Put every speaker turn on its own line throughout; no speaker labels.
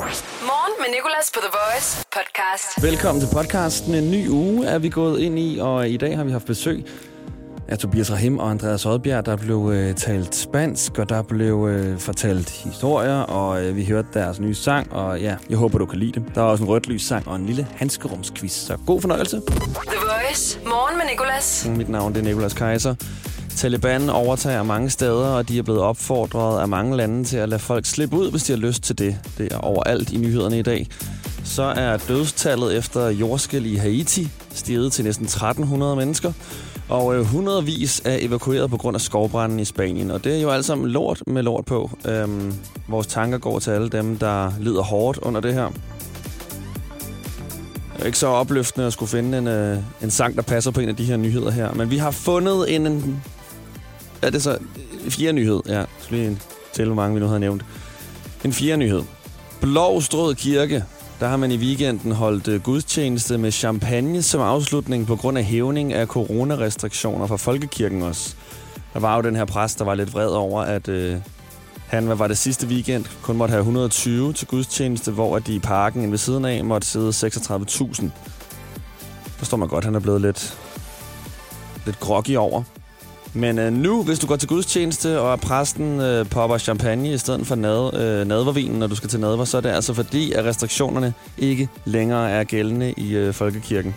Morgen med Nicolas på The Voice podcast.
Velkommen til podcasten. En ny uge er vi gået ind i, og i dag har vi haft besøg af Tobias Rahim og Andreas Odbjerg. Der blev øh, talt spansk, og der blev øh, fortalt historier, og øh, vi hørte deres nye sang, og ja, jeg håber, du kan lide det. Der er også en rødt lys sang og en lille handskerumsquiz, så god fornøjelse.
The Voice. Morgen med Nicolas.
Mit navn det er Nicolas Kaiser. Taliban overtager mange steder, og de er blevet opfordret af mange lande til at lade folk slippe ud, hvis de har lyst til det. Det er overalt i nyhederne i dag. Så er dødstallet efter jordskæl i Haiti steget til næsten 1300 mennesker, og øh, hundredvis er evakueret på grund af skovbranden i Spanien. Og det er jo alt sammen lort med lort på. Øhm, vores tanker går til alle dem, der lider hårdt under det her. Det er jo ikke så opløftende at skulle finde en, øh, en sang, der passer på en af de her nyheder her. Men vi har fundet en... en er det så en fjerde nyhed? Ja, jeg skal lige til, hvor mange vi nu har nævnt. En fjerde nyhed. Blovstrød Kirke. Der har man i weekenden holdt øh, gudstjeneste med champagne som afslutning på grund af hævning af coronarestriktioner fra Folkekirken også. Der var jo den her præst, der var lidt vred over, at øh, han, hvad var det sidste weekend, kun måtte have 120 til gudstjeneste, hvor at de i parken inde ved siden af måtte sidde 36.000. Forstår man godt, han er blevet lidt, lidt groggy over. Men øh, nu, hvis du går til gudstjeneste, og præsten øh, popper champagne i stedet for nad, øh, nadvervinen, når du skal til nadver, så er det altså fordi, at restriktionerne ikke længere er gældende i øh, folkekirken.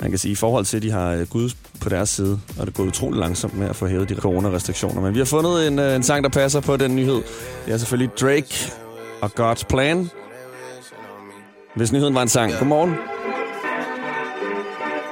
Man kan sige, i forhold til, at de har øh, Gud på deres side, og det går utrolig langsomt med at få hævet de coronarestriktioner. Men vi har fundet en, øh, en sang, der passer på den nyhed. Det er selvfølgelig Drake og God's Plan. Hvis nyheden var en sang. Godmorgen.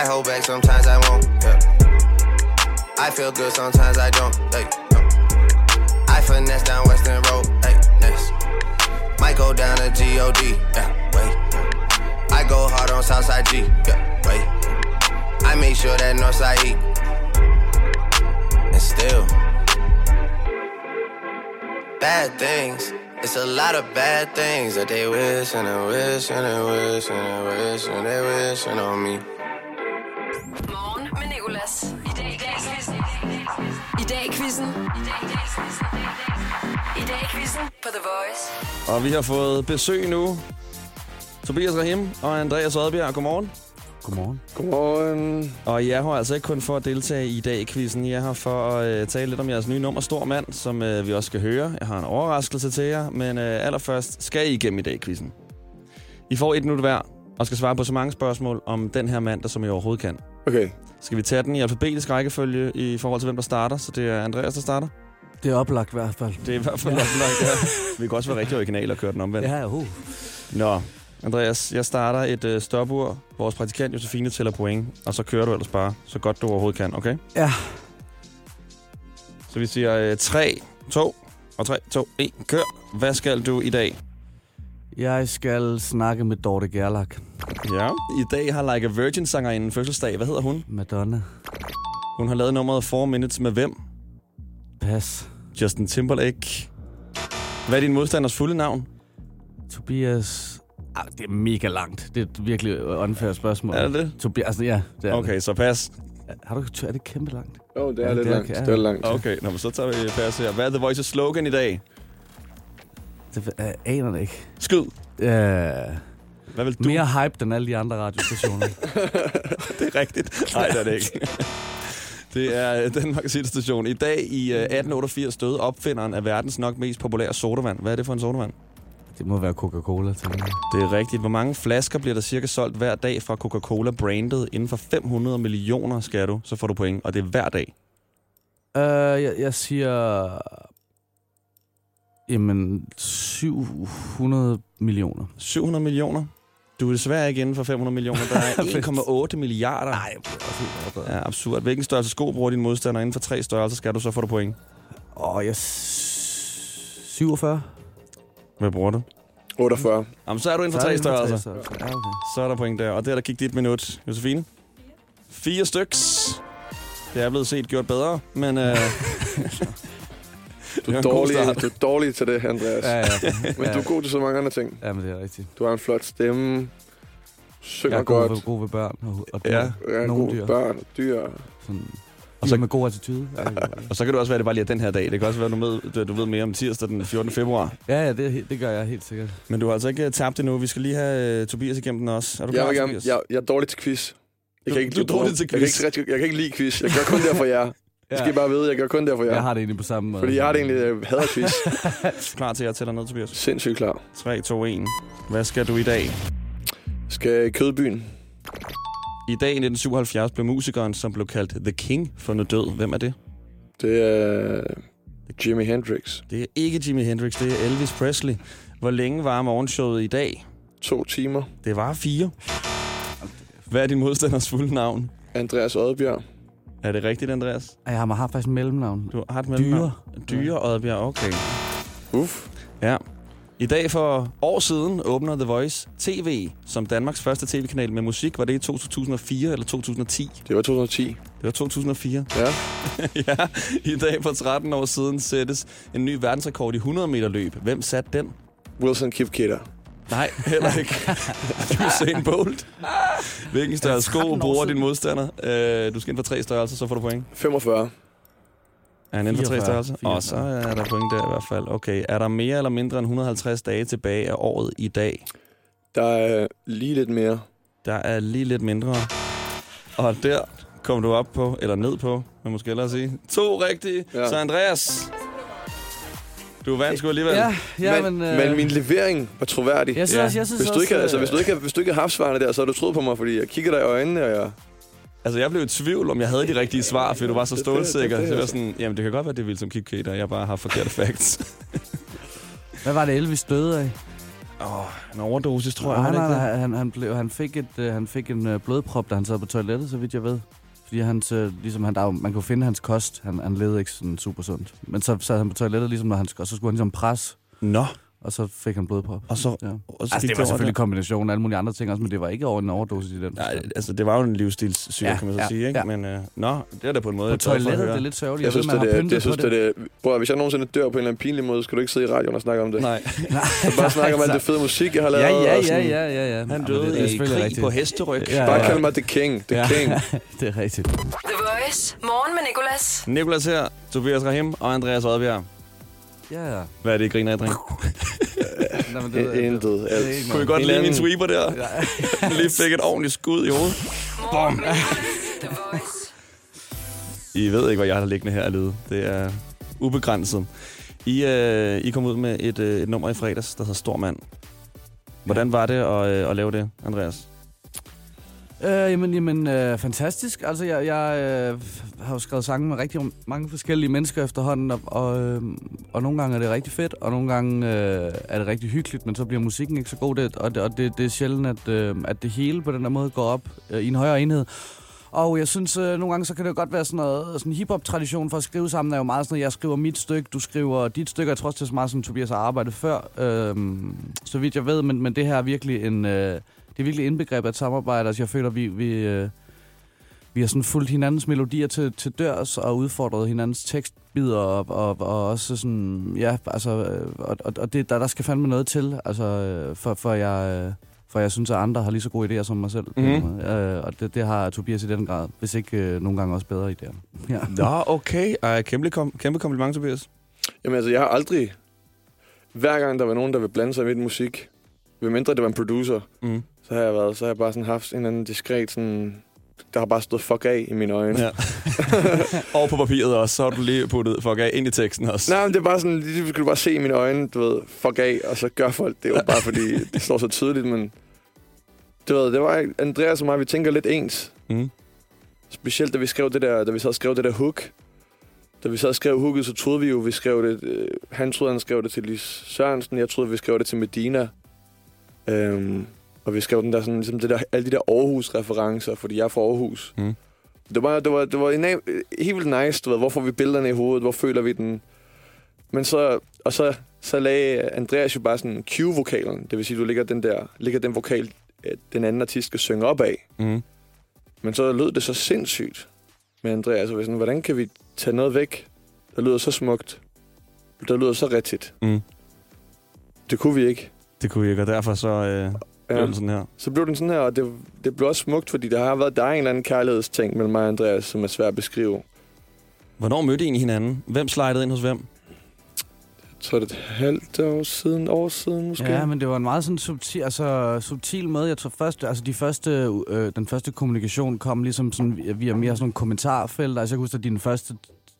I hold back sometimes I won't. Yeah. I feel good sometimes I don't. Like, no. I finesse down Western Road. Like, next. Might go down to God. Yeah, wait. yeah. I go hard on Southside G. Yeah, wait. yeah. I make sure that Northside eat. And still, bad things. It's a lot of bad things that they wish and they wish and they wish and they wish and they wishing on me.
Morgen med Nicolas. I dag i dag quizzen. I dag quizzen. I dag quizzen. I dag quizzen på The Voice.
Og vi har fået besøg nu. Tobias Rahim og Andreas Odbjerg. Godmorgen.
Godmorgen.
Godmorgen.
Og I er her altså ikke kun for at deltage i dag i quizzen. I er her for at øh, tale lidt om jeres nye nummer, Stor Mand, som øh, vi også skal høre. Jeg har en overraskelse til jer, men øh, allerførst skal I igennem i dag i quizzen. I får et minut hver og skal svare på så mange spørgsmål om den her mand, der som I overhovedet kan.
Okay,
Skal vi tage den i alfabetisk rækkefølge i forhold til, hvem der starter? Så det er Andreas, der starter.
Det er oplagt i hvert fald.
Det er i hvert fald nok nok, ja. Vi kan også være rigtig originale og køre den omvendt.
Ja, uh.
Nå, Andreas, jeg starter et øh, stopur. Vores praktikant Josefine tæller point, og så kører du ellers bare, så godt du overhovedet kan, okay?
Ja.
Så vi siger øh, 3, 2, og 3, 2, 1, kør. Hvad skal du i dag?
Jeg skal snakke med Dorte Gerlach.
Ja. I dag har Like a Virgin sangerinden fødselsdag. Hvad hedder hun?
Madonna.
Hun har lavet nummeret 4 Minutes med hvem?
Pas.
Justin Timberlake. Hvad er din modstanders fulde navn?
Tobias... Ah, det er mega langt. Det er et virkelig unfair spørgsmål.
Er det det?
Tobias, altså, ja. Det er
Okay, så pas.
Det. Har du, er det kæmpe langt?
Jo, det er
Ja,
lidt
det er
langt.
okay, ja.
Det er langt.
Okay, nå, men så tager vi pas her. Hvad er The Voice's slogan i dag?
Det jeg aner det ikke.
Skyd.
Uh,
Hvad vil du?
mere hype end alle de andre radiostationer.
Det er rigtigt. Nej, det er det ikke. Det er øh, Danmarks station. I dag i øh, 1888 døde opfinderen af verdens nok mest populære sodavand. Hvad er det for en sodavand?
det må være Coca-Cola, tænker jeg.
Det er rigtigt. Hvor mange flasker bliver der cirka solgt hver dag fra Coca-Cola-brandet? Inden for 500 millioner skal du, så får du point. Og det er hver dag.
Uh, jeg, jeg siger... Jamen, 700 millioner.
700 millioner. Du er desværre ikke inden for 500 millioner. Der er 1,8 milliarder.
Nej, det er også helt overdrevet.
Ja, absurd. Hvilken størrelse sko bruger din modstander inden for tre størrelser, skal du, så får du point.
Åh, jeg... s- 47?
Hvad bruger du?
48.
Jamen, så er du inden for
Så er
tre
det inden for tre
størrelser.
størrelser. Ja, okay.
Så er der point der. Og det er der gik dit minut, Josefine. Fire styks. Det er blevet set gjort bedre, men... Øh, Det var
Du er,
en god
dårlig,
start.
du er dårlig til det, Andreas.
Ja,
Ja.
ja.
Men du er god til så mange andre ting.
Ja, men det er rigtigt.
Du har en flot stemme. Synger
Jeg er god
godt.
ved, god ved børn og, og
Ja.
dyr.
Jeg er
Nogle
god
dyr.
børn, dyr.
Sådan,
Og
og
så-
så med god attitude. Ja,
og så kan det også være, at det bare lige er den her dag. Det kan også være, at du, med, du- du ved mere om tirsdag den 14. februar.
ja, ja det, det gør jeg helt sikkert.
Men du har altså ikke øh, tabt endnu. Vi skal lige have øh, Tobias igennem den også. Er du
Jeg,
klar,
vil gerne,
Tobias?
jeg, jeg er dårlig til quiz. Jeg
Du-
kan ikke,
du er
lide-
dårlig til
Jeg kan,
quiz.
ikke, rigtig- jeg kan ikke lide quiz. Jeg gør kun derfor jer. Det skal I bare vide, jeg gør kun derfor jer.
Jeg har det egentlig på samme måde.
Fordi jeg har det egentlig, jeg hader quiz.
Er du klar til at tælle ned, Tobias?
Sindssygt klar.
3, 2, 1. Hvad skal du i dag?
Skal jeg i kødbyen?
I dag i 1977 blev musikeren, som blev kaldt The King, fundet død. Hvem er det?
Det er øh, Jimi Hendrix.
Det er ikke Jimi Hendrix, det er Elvis Presley. Hvor længe var morgenshowet i dag?
To timer.
Det var fire. Hvad er din modstanders fulde navn?
Andreas Oddbjerg.
Er det rigtigt, Andreas?
Ja, jeg har faktisk en mellemnavn.
Du har et mellemnavn.
Dyre.
Dyre Oddbjerg, okay.
Uff.
Ja. I dag for år siden åbner The Voice TV som Danmarks første tv-kanal med musik. Var det i 2004 eller 2010?
Det var 2010.
Det var 2004.
Ja.
ja, i dag for 13 år siden sættes en ny verdensrekord i 100 meter løb. Hvem satte den?
Wilson Kipketer.
Nej, heller ikke. Usain Bolt. Hvilken størrelse sko
13 år
bruger
siden.
din modstander? Øh, du skal ind for tre størrelser, så får du point.
45.
Er han inden for tre
44.
størrelser? Og så er der point der i hvert fald. Okay, er der mere eller mindre end 150 dage tilbage af året i dag?
Der er lige lidt mere.
Der er lige lidt mindre. Og der kom du op på, eller ned på, man måske hellere sige. To rigtige. Ja.
Ja.
Så Andreas, du vandt sgu alligevel.
Ja, ja, men... øh,
men, men min levering var troværdig.
Jeg synes,
Ja.
også, jeg synes
Hvis du,
også,
ikke, altså,
øh,
hvis, du ikke, hvis du ikke har haft svarene der, så har du troet på mig, fordi jeg kigger dig i øjnene, og jeg...
Altså, jeg blev i tvivl, om jeg havde de rigtige svar, fordi du var så
Det- det- det-
stålsikker.
det-
Så jeg var sådan, jamen det kan godt være, det er vildt som Kip Kater, jeg bare har forkerte facts.
Hvad var det, Elvis døde af?
Åh, oh, en overdosis, tror jeg.
Nej,
var det
nej,
ikke det?
nej, han, han, blev, han, fik et, øh, han fik en øh, blodprop, da han sad på toilettet, så vidt jeg ved. Fordi han, øh, ligesom han, der, er jo- man kunne finde hans kost, han, han levede ikke sådan super sundt. Men så sad han på toilettet, ligesom når han, og så skulle han ligesom pres,
Nå,
og så fik han blodprop.
og så,
Ja.
og så
Altså,
gik
det var
over
selvfølgelig kombinationen af alle mulige andre ting også, men det var ikke over en overdosis i den.
der. Nej,
forstand.
altså, det var jo en livsstilssyge, ja,
Ja,
kan man så ja,
ja,
sige, ikke? Ja.
ja.
Men, øh, nå, det er da på en måde...
på
jeg er glad for at
toilettet, det
høre.
er lidt sørgeligt.
Jeg synes,
ved, man
det,
har
er,
pyntet
jeg synes,
på det.
det er... Prøv at, hvis jeg nogensinde dør på en eller anden pinlig måde, så skal du ikke sidde i radioen og snakke om det.
Nej,
Så bare snakke om alt det fede musik, jeg har lavet.
Altså, Ja, ja,
og
ja,
sådan-
ja, ja, ja.
han
Jamen,
døde
det er
ja, i
selvfølgelig
krig
rigtigt.
på hesteryg.
Ja,
Bare kald mig The King. The
Ja.
King.
det er rigtigt.
The Voice. Morgen med Nicolas.
Nikolas her, Tobias Rahim og Andreas Oddbjerg.
Ja, ja.
Hvad er det, I griner af, dreng?
Nå, men det, det,
Intet. Altså,
det er ikke
Kunne
noget.
I godt
En
lide
anden-
min sweeper der? Lige fik et ordentligt skud i hovedet.
Morgen med Nicolas. The Voice.
I ved ikke, hvad jeg har liggende her alene. Det er ubegrænset. I, øh, I kom ud med et, øh, et nummer i fredags, der hedder Stormand. Hvordan var det at, øh, at lave det, Andreas?
Øh, jamen, jamen øh, fantastisk. Altså, jeg, jeg øh, har jo skrevet sange med rigtig mange forskellige mennesker efterhånden, og, og, øh, og nogle gange er det rigtig fedt, og nogle gange øh, er det rigtig hyggeligt, men så bliver musikken ikke så god, det, og, det, og det, det er sjældent, at, øh, at det hele på den her måde går op øh, i en højere enhed. Og jeg synes, øh, nogle gange så kan det jo godt være sådan noget, sådan hip-hop-tradition for at skrive sammen, er jo meget sådan noget, jeg skriver mit stykke, du skriver dit stykke, og jeg tror også, det er så meget, som Tobias har arbejdet før, øh, så vidt jeg ved, men, men det her er virkelig en... Øh, det er virkelig indbegrebet af et samarbejde. Altså, jeg føler, vi, vi, øh, vi har sådan fulgt hinandens melodier til, til dørs og udfordret hinandens tekstbider og, og, og også sådan, ja, altså, øh, og, og, og det, der, der skal fandme noget til, altså, øh, for, for jeg... Øh, for jeg synes, at andre har lige så gode idéer som mig selv.
Mhm.
Øh, og det, det har Tobias i den grad, hvis ikke øh, nogle gange også bedre idéer. Ja.
Nå, okay. Ej, kæmpe, kom- kæmpe kompliment, Tobias.
Jamen altså, jeg har aldrig... Hver gang der var nogen, der ville blande sig i mit musik, medmindre det var en producer,
Mm.
så har jeg været, så har jeg bare sådan haft en eller anden diskret sådan... Der har bare stået fuck af i mine øjne. Ja.
Ja. Og på papiret også, så har du lige puttet fuck af ind i teksten også.
Nej, men det er bare sådan, det skal du bare se i mine øjne, du ved, fuck af, og så gør folk det jo bare, fordi det står så tydeligt, men... Du ved, det var ikke- Andreas og mig, vi tænker lidt ens.
Mm.
Specielt da vi skrev det der, da vi så skrev det der hook. Da vi så skrev hooket, så troede vi jo, vi skrev det... Øh, han troede, han skrev det til Lis Sørensen. Jeg troede, vi skrev det til Medina. Øhm, og vi skrev den der sådan, ligesom det der, alle de der Aarhus-referencer, fordi jeg er fra Aarhus.
Mm.
Det var, det var, det var enormt- øh, helt vildt nice, du ved, hvor får vi billederne i hovedet, hvor føler vi den? Men så, og så så lagde Andreas jo bare sådan Q-vokalen. Det vil sige, du ligger den der, ligger den vokal, øh, den anden artist skal synge op af.
Mm.
Men så lød det så sindssygt med Andreas. Og vi sådan, hvordan kan vi tage noget væk, der lyder så smukt, der lyder så rigtigt?
Mm.
Det kunne vi ikke.
Det kunne vi ikke, og derfor så øh, blev den sådan her.
Så blev den sådan her, og det, det blev også smukt, fordi der har været der er en eller anden kærlighedsting mellem mig og Andreas, som er svær at beskrive.
Hvornår mødte I egentlig hinanden? Hvem slidede ind hos hvem?
Så er det et halvt år siden, år siden måske.
Ja, men det var en meget sådan subtil, altså, subtil måde. Jeg tror først, altså de første, øh, den første kommunikation kom ligesom sådan, via- via mere sådan nogle kommentarfelter. Altså jeg kan huske, at dine første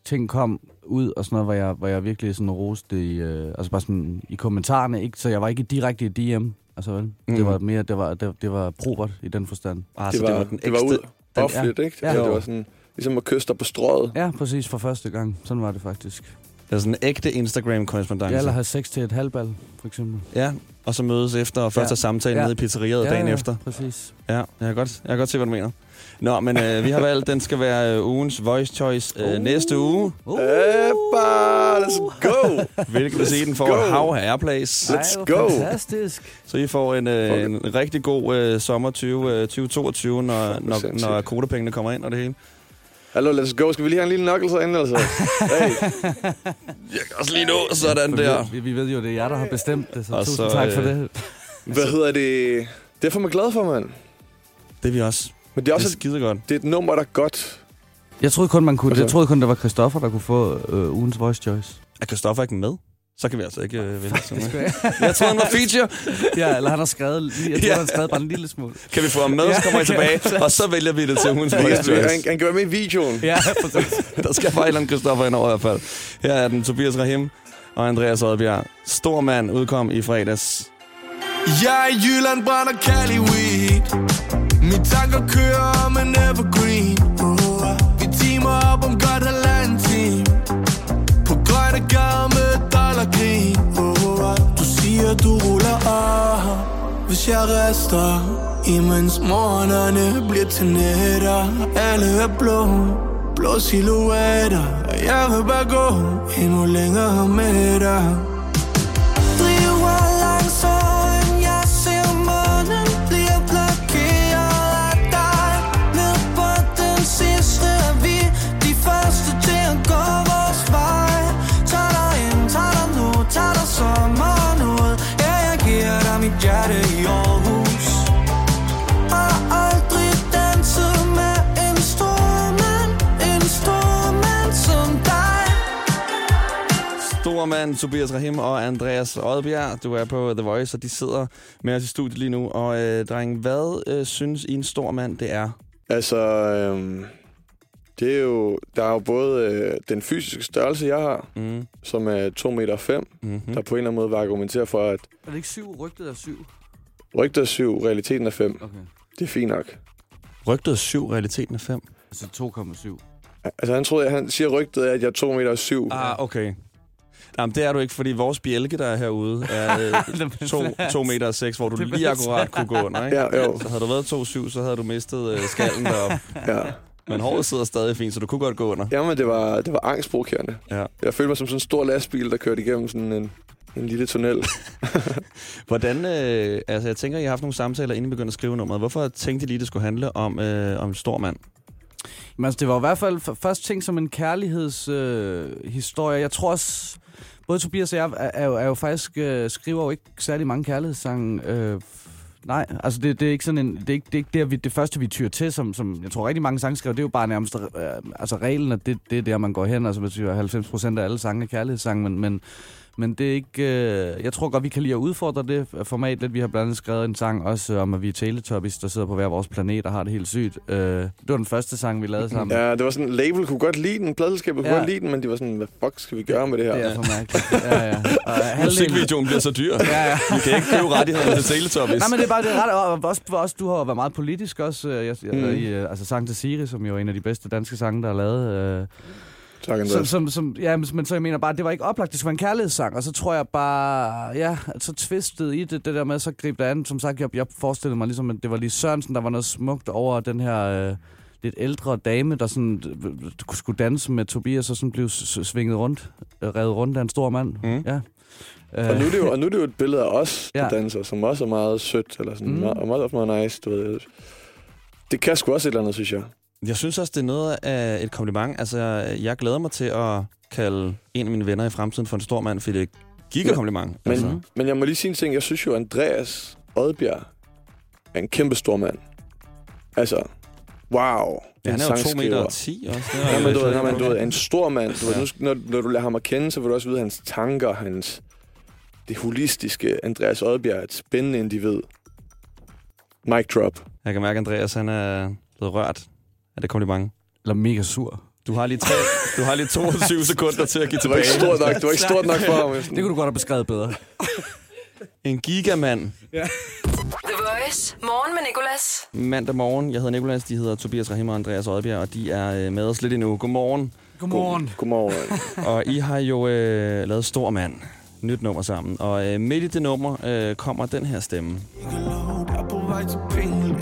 ting kom ud og sådan noget, hvor jeg, hvor jeg virkelig sådan roste i, øh, altså bare sådan i kommentarerne, ikke? Så jeg var ikke direkte i DM, altså vel? Mm.
Mhm.
Det var mere, det var, det, det var probert i den forstand.
Ah,
det,
så
var, det var,
den
det var ud
den-
offentligt, ikke?
Ja.
Ja. Det var sådan, ligesom at kysse dig på strøget.
Ja, præcis, for første gang. Sådan var det faktisk.
Det er sådan en ægte Instagram-korrespondence.
Jeg eller have sex til et halvbal, for eksempel.
Ja, og så mødes efter, og først
Ja.
har samtalen
Ja.
nede i pizzeriet dagen efter.
præcis.
Ja, jeg kan godt, jeg kan godt se, hvad du mener. Nå, men øh, vi har valgt, den skal være øh, ugens Voice Choice øh,
Oh.
næste uge.
Uh.
Æbba, let's go!
Hvilket vil sige, at den
go.
får hav her plads.
let's
Ej, hvor
go.
Fantastisk.
Så I får en, øh,
Fuck.
en rigtig god øh, sommer 20, øh, 2022, når,
Fuck,
når,
sindssygt.
når kvotepengene kommer ind og det hele.
Hallo, let's go. Skal vi lige have en lille knuckles herinde, altså? Hey,
Jeg kan også lige nå sådan der.
Vi, vi ved jo, det er jer, der har bestemt det, så
Og
tusind
så,
tak for
øh,
det.
hvad hedder det? Det er for mig glad for, mand.
Det er vi også.
Men
Det
det er
er
også et,
skide godt.
det er et nummer, der er godt.
Jeg troede kun, man kunne,
Altså-
jeg troede kun, det var Christoffer, der kunne få øh, ugens voice choice.
Er Christoffer ikke med? Så kan vi altså ikke øh, vælge sådan noget. Jeg troede, han var feature.
ja, eller han har skrevet, lige- jeg tror,
Ja.
han har skrevet bare en lille smule.
Kan vi få ham med, så kommer I tilbage, og så vælger vi det til ugens
Han,
Voice Choice.
han, han kan være med i videoen.
Ja, præcis.
Der skal bare et eller andet Christoffer ind over i hvert fald. Her er den Tobias Rahim og Andreas Oddbjerg. Stor mand udkom i fredags.
Jeg er i Jylland, brænder Cali weed Mine tanker kører om en evergreen oh. Vi timer op om godt halvanden time På grønne gader med et dollargrin oh. Du siger du ruller op Hvis jeg rester Imens morgenerne bliver til nætter Alle er blå Blå silhuetter Og jeg vil bare gå endnu længere med dig driver langsomt. Jeg ser månen bliver blokeret af dig. Ned på den sidste er vi de første til at gå vores vej. Tag dig ind, tag dig nu, tag dig sommeren ud. Ja, jeg giver dig mit hjerte i Aarhus. Har aldrig danset med en stormand, en stormand som dig.
Stor mand Tobias Rahim og Andreas Oddbjerg. Du er på The Voice, og de sidder med os i studiet lige nu. Og øh, dreng, hvad øh, synes I en stor mand, det er?
Altså, øhm, det er jo, der er jo både øh, den fysiske størrelse, jeg har,
Mm.
som er 2,5 meter, fem,
Mm-hmm.
der på en eller anden måde var argumentere for, at
Er det ikke syv? Rygtet er syv.
rygter er syv, realiteten er fem.
Okay.
Det er fint nok.
Rygtet 7, realiteten er 5.
Altså 2,7.
Altså, han troede, at han siger rygtet, er, at jeg er 2 meter og syv.
Ah, okay. Jamen, det er du ikke, fordi vores bjælke, der er herude, er
Den blev
2
flat.
meter 6, hvor du
Det blev
lige akkurat kunne gå under, ikke?
Ja, jo.
Så havde du været 2,7, så havde du mistet øh, skallen deroppe.
Ja.
Men håret sidder stadig fint, så du kunne godt gå under.
Jamen, det var, det var angstprovokerende.
Ja.
Jeg følte mig som sådan en stor lastbil, der kørte igennem sådan en, en lille tunnel.
Hvordan, øh, altså jeg tænker, I har haft nogle samtaler, inden I begyndte at skrive nummeret. Hvorfor tænkte I lige, det skulle handle om, øh, om en stor mand?
Men altså, det var i hvert fald f- først ting som en kærlighedshistorie. Øh, historie. jeg tror også, både Tobias og jeg er, er, jo, er jo faktisk, øh, skriver jo ikke særlig mange kærlighedssange. Øh, f- nej, altså det, det er ikke sådan en, det er ikke det, er ikke det, vi, det første, vi tyr til, som, som jeg tror rigtig mange sange skriver, det er jo bare nærmest øh, altså reglen, at det, det er der, man går hen. Altså hvis vi har 90 procent af alle sange er kærlighedssange, men, men men det er ikke... Øh, jeg tror godt, vi kan lide at udfordre det format lidt. Vi har blandt andet skrevet en sang også øh, om, at vi er teletubbies, der sidder på hver vores planet og har det helt sygt. Øh, det var den første sang, vi lavede sammen.
ja, det var sådan, label kunne godt lide den, pladselskabet kunne
Ja.
godt lide den, men de var sådan, hvad fuck skal vi gøre med det her?
Det er for mærkeligt. Ja, ja. Og halvdelen...
Musikvideoen bliver så dyr.
Ja, ja.
Vi kan ikke købe rettighederne til Teletubbies.
Nej, men det er bare det er ret. Og også, også, du har jo været meget politisk også. øh, Jeg, jeg,
Mm.
i, øh, altså sang til Siri, som jo er en af de bedste danske sange, der er lavet. Øh,
Tak,
som,
Andreas.
som, som, ja, men- men så jeg mener bare, det var ikke oplagt, det skulle være en kærlighedssang, og så tror jeg bare, ja, at så tvistede i det, det der med, så grib det an. Som sagt, jeg, jeg forestillede mig ligesom, at det var lige Sørensen, der var noget smukt over den her... Øh, lidt ældre dame, der sådan, øh, skulle danse med Tobias, og sådan blev s- s- svinget rundt, øh, revet rundt af en stor mand.
Mm.
Ja.
Og nu, er det jo, og nu er det jo et billede af os, der
Ja.
danser, som også er meget sødt, eller sådan,
Mm.
mm. meget, og meget, meget nice, du ved. Det kan sgu også et eller andet, synes jeg.
Jeg synes også, det er noget af et kompliment. Altså, jeg glæder mig til at kalde en af mine venner i fremtiden for en stor mand, fordi det er et gigakompliment.
Men,
altså.
mm. men jeg må lige sige en ting. Jeg synes jo, Andreas Odbjerg er en kæmpe stor mand. Altså, wow.
Ja, han
En
er jo 2
sangskriver.
meter og 10 også. Det er
Ja,
jo
men
lidt-
du, ved, når man, du ved, er en stor mand. Du ved,
Ja.
nu, skal- når, når du lader ham at kende, så vil du også vide hans tanker, hans det holistiske. Andreas Odbjerg er et spændende individ. Mic drop.
Jeg kan mærke, at Andreas han er blevet rørt af det kompliment.
Eller mega sur.
Du har lige, tre, du har lige 22 sekunder til at give
Det var
tilbage.
ikke stort nok, det var ikke stort nok for ham.
Det kunne du godt have beskrevet bedre.
En gigamand.
The Voice. Morgen med Nicolas.
Mandag morgen. Jeg hedder Nikolas, de hedder Tobias Rahim og Andreas Odbjerg, og de er øh, med os lidt endnu. Godmorgen.
Godmorgen.
Godmorgen.
Og I har jo øh, lavet Stor Mand. Nyt nummer sammen. Og øh, midt i det nummer øh, kommer den her stemme.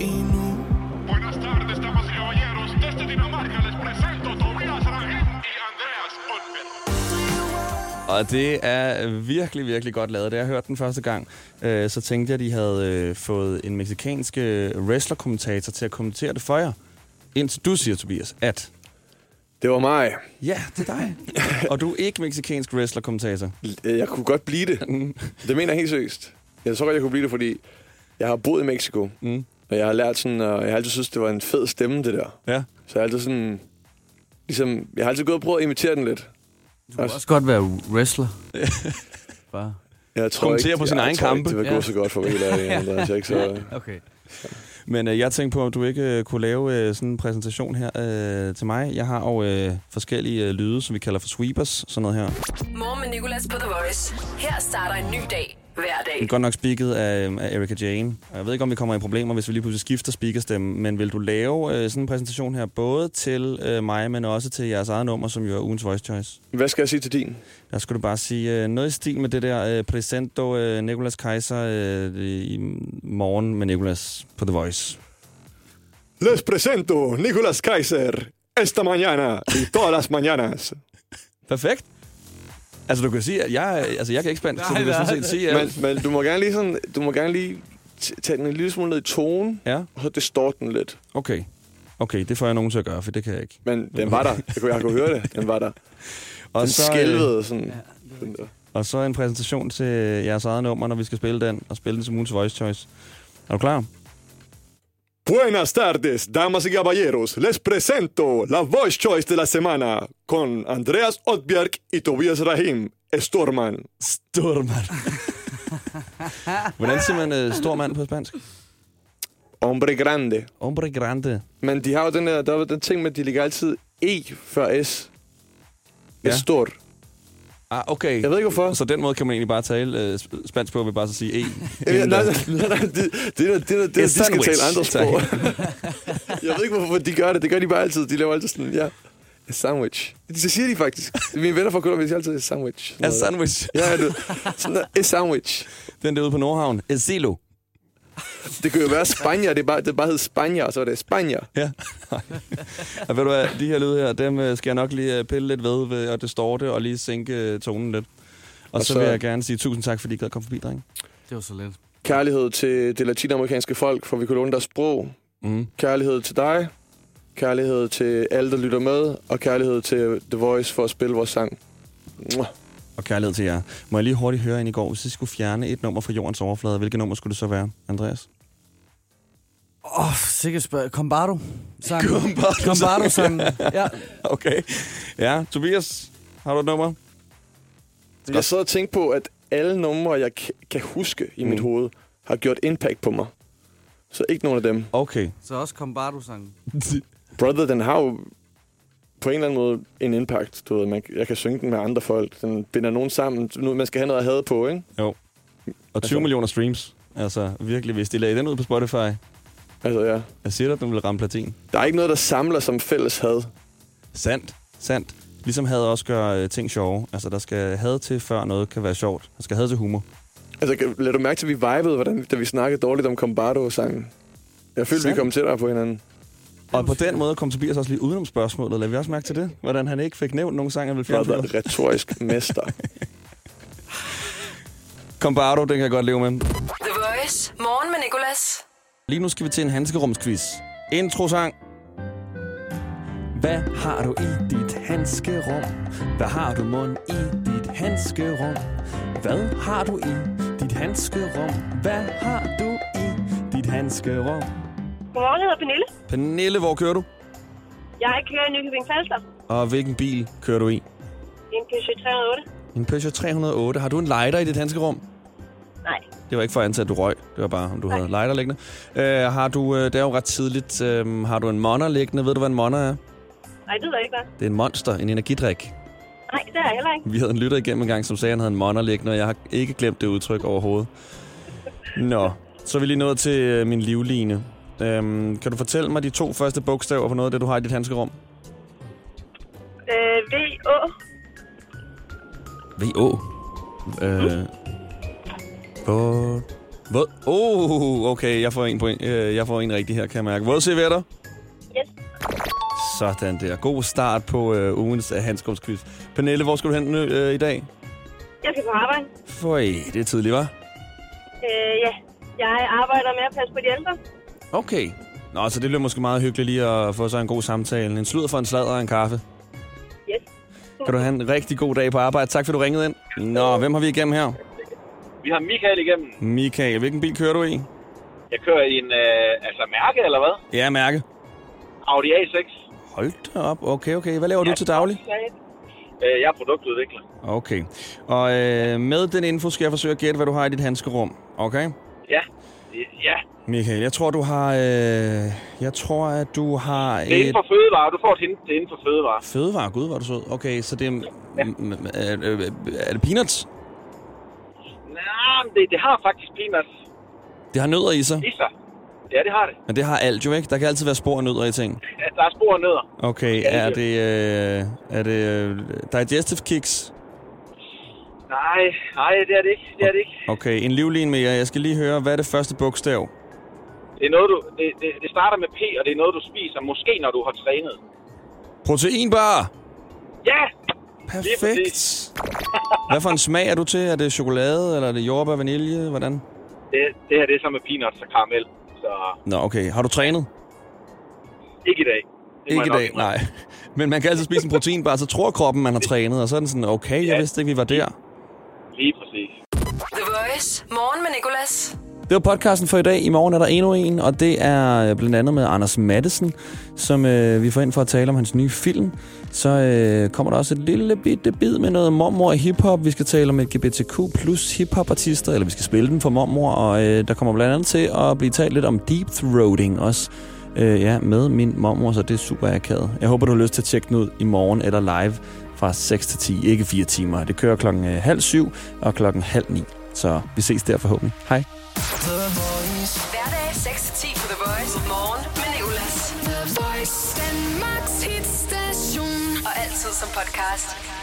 Buenas tardes, damas y caballeros. Desde Dinamarca les presento Tobias Rangel y Andreas Oldberg.
Og det er virkelig, virkelig godt lavet. Da jeg hørte den første gang, øh, så tænkte jeg, at de havde øh, fået en meksikansk øh, wrestler-kommentator til at kommentere det for jer. Indtil du siger, Tobias, at...
Det var mig.
Ja, det er dig. og du er ikke meksikansk wrestler-kommentator.
Øh, Jeg kunne godt blive det.
Mm.
Det mener jeg helt seriøst. Jeg tror godt, jeg kunne blive det, fordi jeg har boet i Mexico.
Mm.
Og jeg har lært sådan, og jeg har altid syntes, det var en fed stemme, det der.
Ja.
Så jeg har altid sådan... Ligesom, jeg har altid gået og prøvet at imitere den lidt.
Du kan også godt være wrestler. Bare.
Jeg tror
Kommentere
ikke,
på sine
jeg
egne
tror
kampe.
Ikke, det vil gå
Ja.
så godt for mig helt ærligt, Andreas. Jeg er ikke så...
Okay.
Men øh, jeg tænkte på, om du ikke øh, kunne lave øh, sådan en præsentation her øh, til mig. Jeg har jo øh, forskellige øh, lyde, som vi kalder for sweepers, sådan noget her.
Morgen med Nicolas på The Voice. Her starter en ny dag hver dag.
Det er godt nok speaket af, øhm, af Erika Jane. Og Jeg ved ikke, om vi kommer i problemer, hvis vi lige pludselig skifter speakerstemme, men vil du lave øh, sådan en præsentation her, både til øh, mig, men også til jeres eget nummer, som jo er ugens Voice Choice?
Hvad skal jeg sige til din?
Der skulle du bare sige øh, noget i stil med det der øh, Presento øh, Nicolas Kaiser øh, i morgen med Nicolas på The Voice.
Les presento Nicolas Kaiser esta mañana y todas las mañanas.
Perfekt! Altså, du kan sige, at jeg, altså, jeg kan ikke spansk, så du
Nej,
kan sådan
nej.
set sige, at...
Men, men du må gerne lige, sådan, du må gerne lige t- tage den en lille smule ned i tone,
Ja,
og så distort den lidt.
okay. Okay, det får jeg nogen til at gøre, for det kan jeg ikke.
Men den var der. Jeg kunne, jeg kunne høre det. Den var der.
Og øh,
Den skælvede sådan. Den der.
Og så en præsentation til jeres eget nummer, når vi skal spille den, og spille den som ugens Voice Choice. Er du klar?
Buenas tardes, damas y caballeros. Les presento la Voice Choice de la semana con Andreas Odbjerg y Tobias Rahim. Storman.
Stormand. Hvordan siger man uh, stor mand på spansk?
Hombre grande.
Hombre grande.
Men de har jo den der, der er jo den ting med, at de ligger altid E før S. Ja.
Ja.
Estor.
Ah, okay.
Jeg ved ikke, hvorfor.
Så den måde kan man egentlig bare tale uh, spansk på, ved bare så sige E.
Ja, nej, nej, nej, det, det, er- det, det, det, det de skal
sandwich.
tale andre sprog.
Tak.
jeg ved ikke, hvorfor de gør det. Det gør de bare altid. De laver altid sådan, ja, a sandwich. Det siger de faktisk. Mine venner fra Colombia siger altid, a sandwich.
Ja, sandwich.
Ja, ja, det, sådan der, a sandwich.
Den derude på Nordhavn. El silo.
Det kunne jo være Spanier. Det, er bare, det bare hed Spanier, og så er det Spanier.
Ja. og ved du hvad, de her lyde her, dem øh, skal jeg nok lige øh, pille lidt ved, ved og det står det, og lige sænke øh, tonen lidt. Og, og så,
så-
så, vil jeg gerne sige tusind tak, fordi I gad at komme forbi, dreng.
Det var så lidt.
Kærlighed til det latinamerikanske folk, for vi kunne låne deres sprog.
Mm.
Kærlighed til dig. Kærlighed til alle, der lytter med. Og kærlighed til The Voice for at spille vores sang. Mwah.
og kærlighed til jer. Må jeg lige hurtigt høre ind i går, hvis I skulle fjerne et nummer fra jordens overflade, hvilket nummer skulle det så være, Andreas?
Åh, oh, sikkert spørg. Combardo. Sang. Combardo sang. Ja.
Okay. Ja, Tobias, har du et nummer?
Jeg sad og tænkte på, at alle numre, jeg k- kan huske i mm. mit
Mm.
hoved, har gjort impact på mig. Så ikke nogen af dem.
Okay.
Så også Combardo sang.
Brother, den har jo på en eller anden måde en impact. Du ved, man, jeg kan synge den med andre folk. Den binder nogen sammen. Nu, man skal have noget at have på, ikke?
Jo. Og 20
Altså-
millioner streams. Altså, virkelig, hvis de lagde den ud på Spotify,
Altså, ja.
jeg siger dig, at den ville ramme platin.
Der er ikke noget, der samler som fælles had.
Sandt. Sandt. Ligesom had også gør øh, ting sjove. Altså, der skal had til, før noget kan være sjovt. Der skal had til humor.
Altså, kan- lad du mærke til, at vi vibede, hvordan, da vi snakkede dårligt om Combardo-sangen. Jeg følte, vi
Sandt.
kom tættere på hinanden.
Og på den måde kom Tobias også lige udenom spørgsmålet. Lad vi også mærke til det? Hvordan han ikke fik nævnt nogen sang, han ville
Brother,
fremføre.
retorisk mester.
Combardo, den kan jeg godt leve med.
The Voice. Morgen med Nicolas.
Lige nu skal vi til en handskerumsquiz. Intro-sang. Hvad har du i dit handskerum? Hvad har du mund i dit handskerum? Hvad har du i dit handskerum? Hvad har du i dit handskerum?
Godmorgen, jeg hedder Pernille.
Pernille, hvor kører du?
Jeg kører i Nykøbing Falster.
Og hvilken bil kører du i?
En Peugeot 308.
En Peugeot 308. Har du en lighter i dit handskerum?
Nej.
Det var ikke for at antage, at du røg. Det var bare, om du havde lighter liggende. Øh, har du, øh, det er jo ret tidligt. Øh, har du en monner liggende? Ved du, hvad en monner er?
Nej, det ved jeg ikke, hvad.
Det er en monster, en energidrik.
Nej, det er jeg heller ikke.
Vi havde en lytter igennem en gang, som sagde, at han havde en monner liggende, og jeg har ikke glemt det udtryk overhovedet. Nå, så er vi lige nået til øh, min livline. Øhm, kan du fortælle mig de to første bogstaver på noget af det, du har i dit handskerum?
Øh, V, Å.
V.O. Øh, våd. Våd. Oh, okay, jeg får, en point. Øh, jeg får en rigtig her, kan jeg mærke. Våd servietter.
Yes.
Sådan der. God start på øh, ugens øh, handskrumsquiz. Pernille, hvor skal du hen nu, øh, i dag?
Jeg skal på arbejde.
Føj, det er tidligt, var.
Øh, ja. Jeg arbejder med at passe på de ældre.
Okay. Nå, så det bliver måske meget hyggeligt lige at få sig en god samtale. En sludder for en sladder og en kaffe.
Yes.
Kan du have en rigtig god dag på arbejde. Tak, fordi du ringede ind. Nå, hvem har vi igennem her?
Vi har Michael igennem.
Michael, hvilken bil kører du i?
Jeg kører i en, øh, altså mærke eller hvad?
Ja, Mærke.
Audi A6.
Hold da op. Okay, okay. Hvad laver du til daglig?
Øh, jeg er produktudvikler.
Okay. Og øh, med den info skal jeg forsøge at gætte, hvad du har i dit handskerum. Okay?
Ja. Ja.
Michael, jeg tror, du har... Øh, jeg tror, at du har
Det er
et...
inden for fødevare. Du får et hint. Det er inden for fødevare.
Fødevare. Gud, hvor er du sød. Okay, så det er... m- m- Er, er, er det peanuts?
Nej, men det, det har faktisk peanuts
Det har nødder i sig,
i sig. Ja, det har det.
men det har alt jo ikke. Der kan altid være spor af nødder i ting.
Ja, Der er spor og nødder.
Okay, er det... Øh, er det øh, digestive kicks?
Nej, nej, det er det ikke. Det er det ikke.
Okay, en livlin mere. Jeg skal lige høre, hvad er det første bogstav?
Det, er noget, du, det, det, det starter med P, og det er noget, du spiser. Måske, når du har trænet.
Proteinbar!
Ja!
Perfekt! Hvad for en smag er du til? Er det chokolade, eller er det jordbær, vanilje? Hvordan?
Det, det her det er så med peanuts og karamel. Så
Nå, okay. Har du trænet?
ikke i dag. Det
Ikke i
må jeg nok
dag,
indrømme.
nej. Men man kan altid spise en proteinbar, så tror kroppen, man har trænet, og så er den sådan, okay, jeg
Ja.
vidste ikke, vi var der.
Lige præcis.
The Voice. Morgen med Nicolas.
Det var podcasten for i dag. I morgen er der endnu en, og det er øh, blandt andet med Anders Mattesen, som øh, vi får ind for at tale om hans nye film. Så øh, kommer der også et lille bitte bid med noget mormor og hiphop. Vi skal tale om LGBTQ plus hiphop-artister, eller vi skal spille dem for mormor, og øh, der kommer blandt andet til at blive talt lidt om deep throating også. Øh, ja, med min mormor, så det er super akavet. Jeg håber, du har lyst til at tjekke den ud i morgen eller live fra 6 til 10, ikke 4 timer. Det kører klokken øh, halv syv og klokken halv ni. Så vi ses der forhåbentlig. Hej.
Hverdag 6-10 på The Voice. Morgen med Nicolas. The Voice. Danmarks hitstation. Og altid som podcast.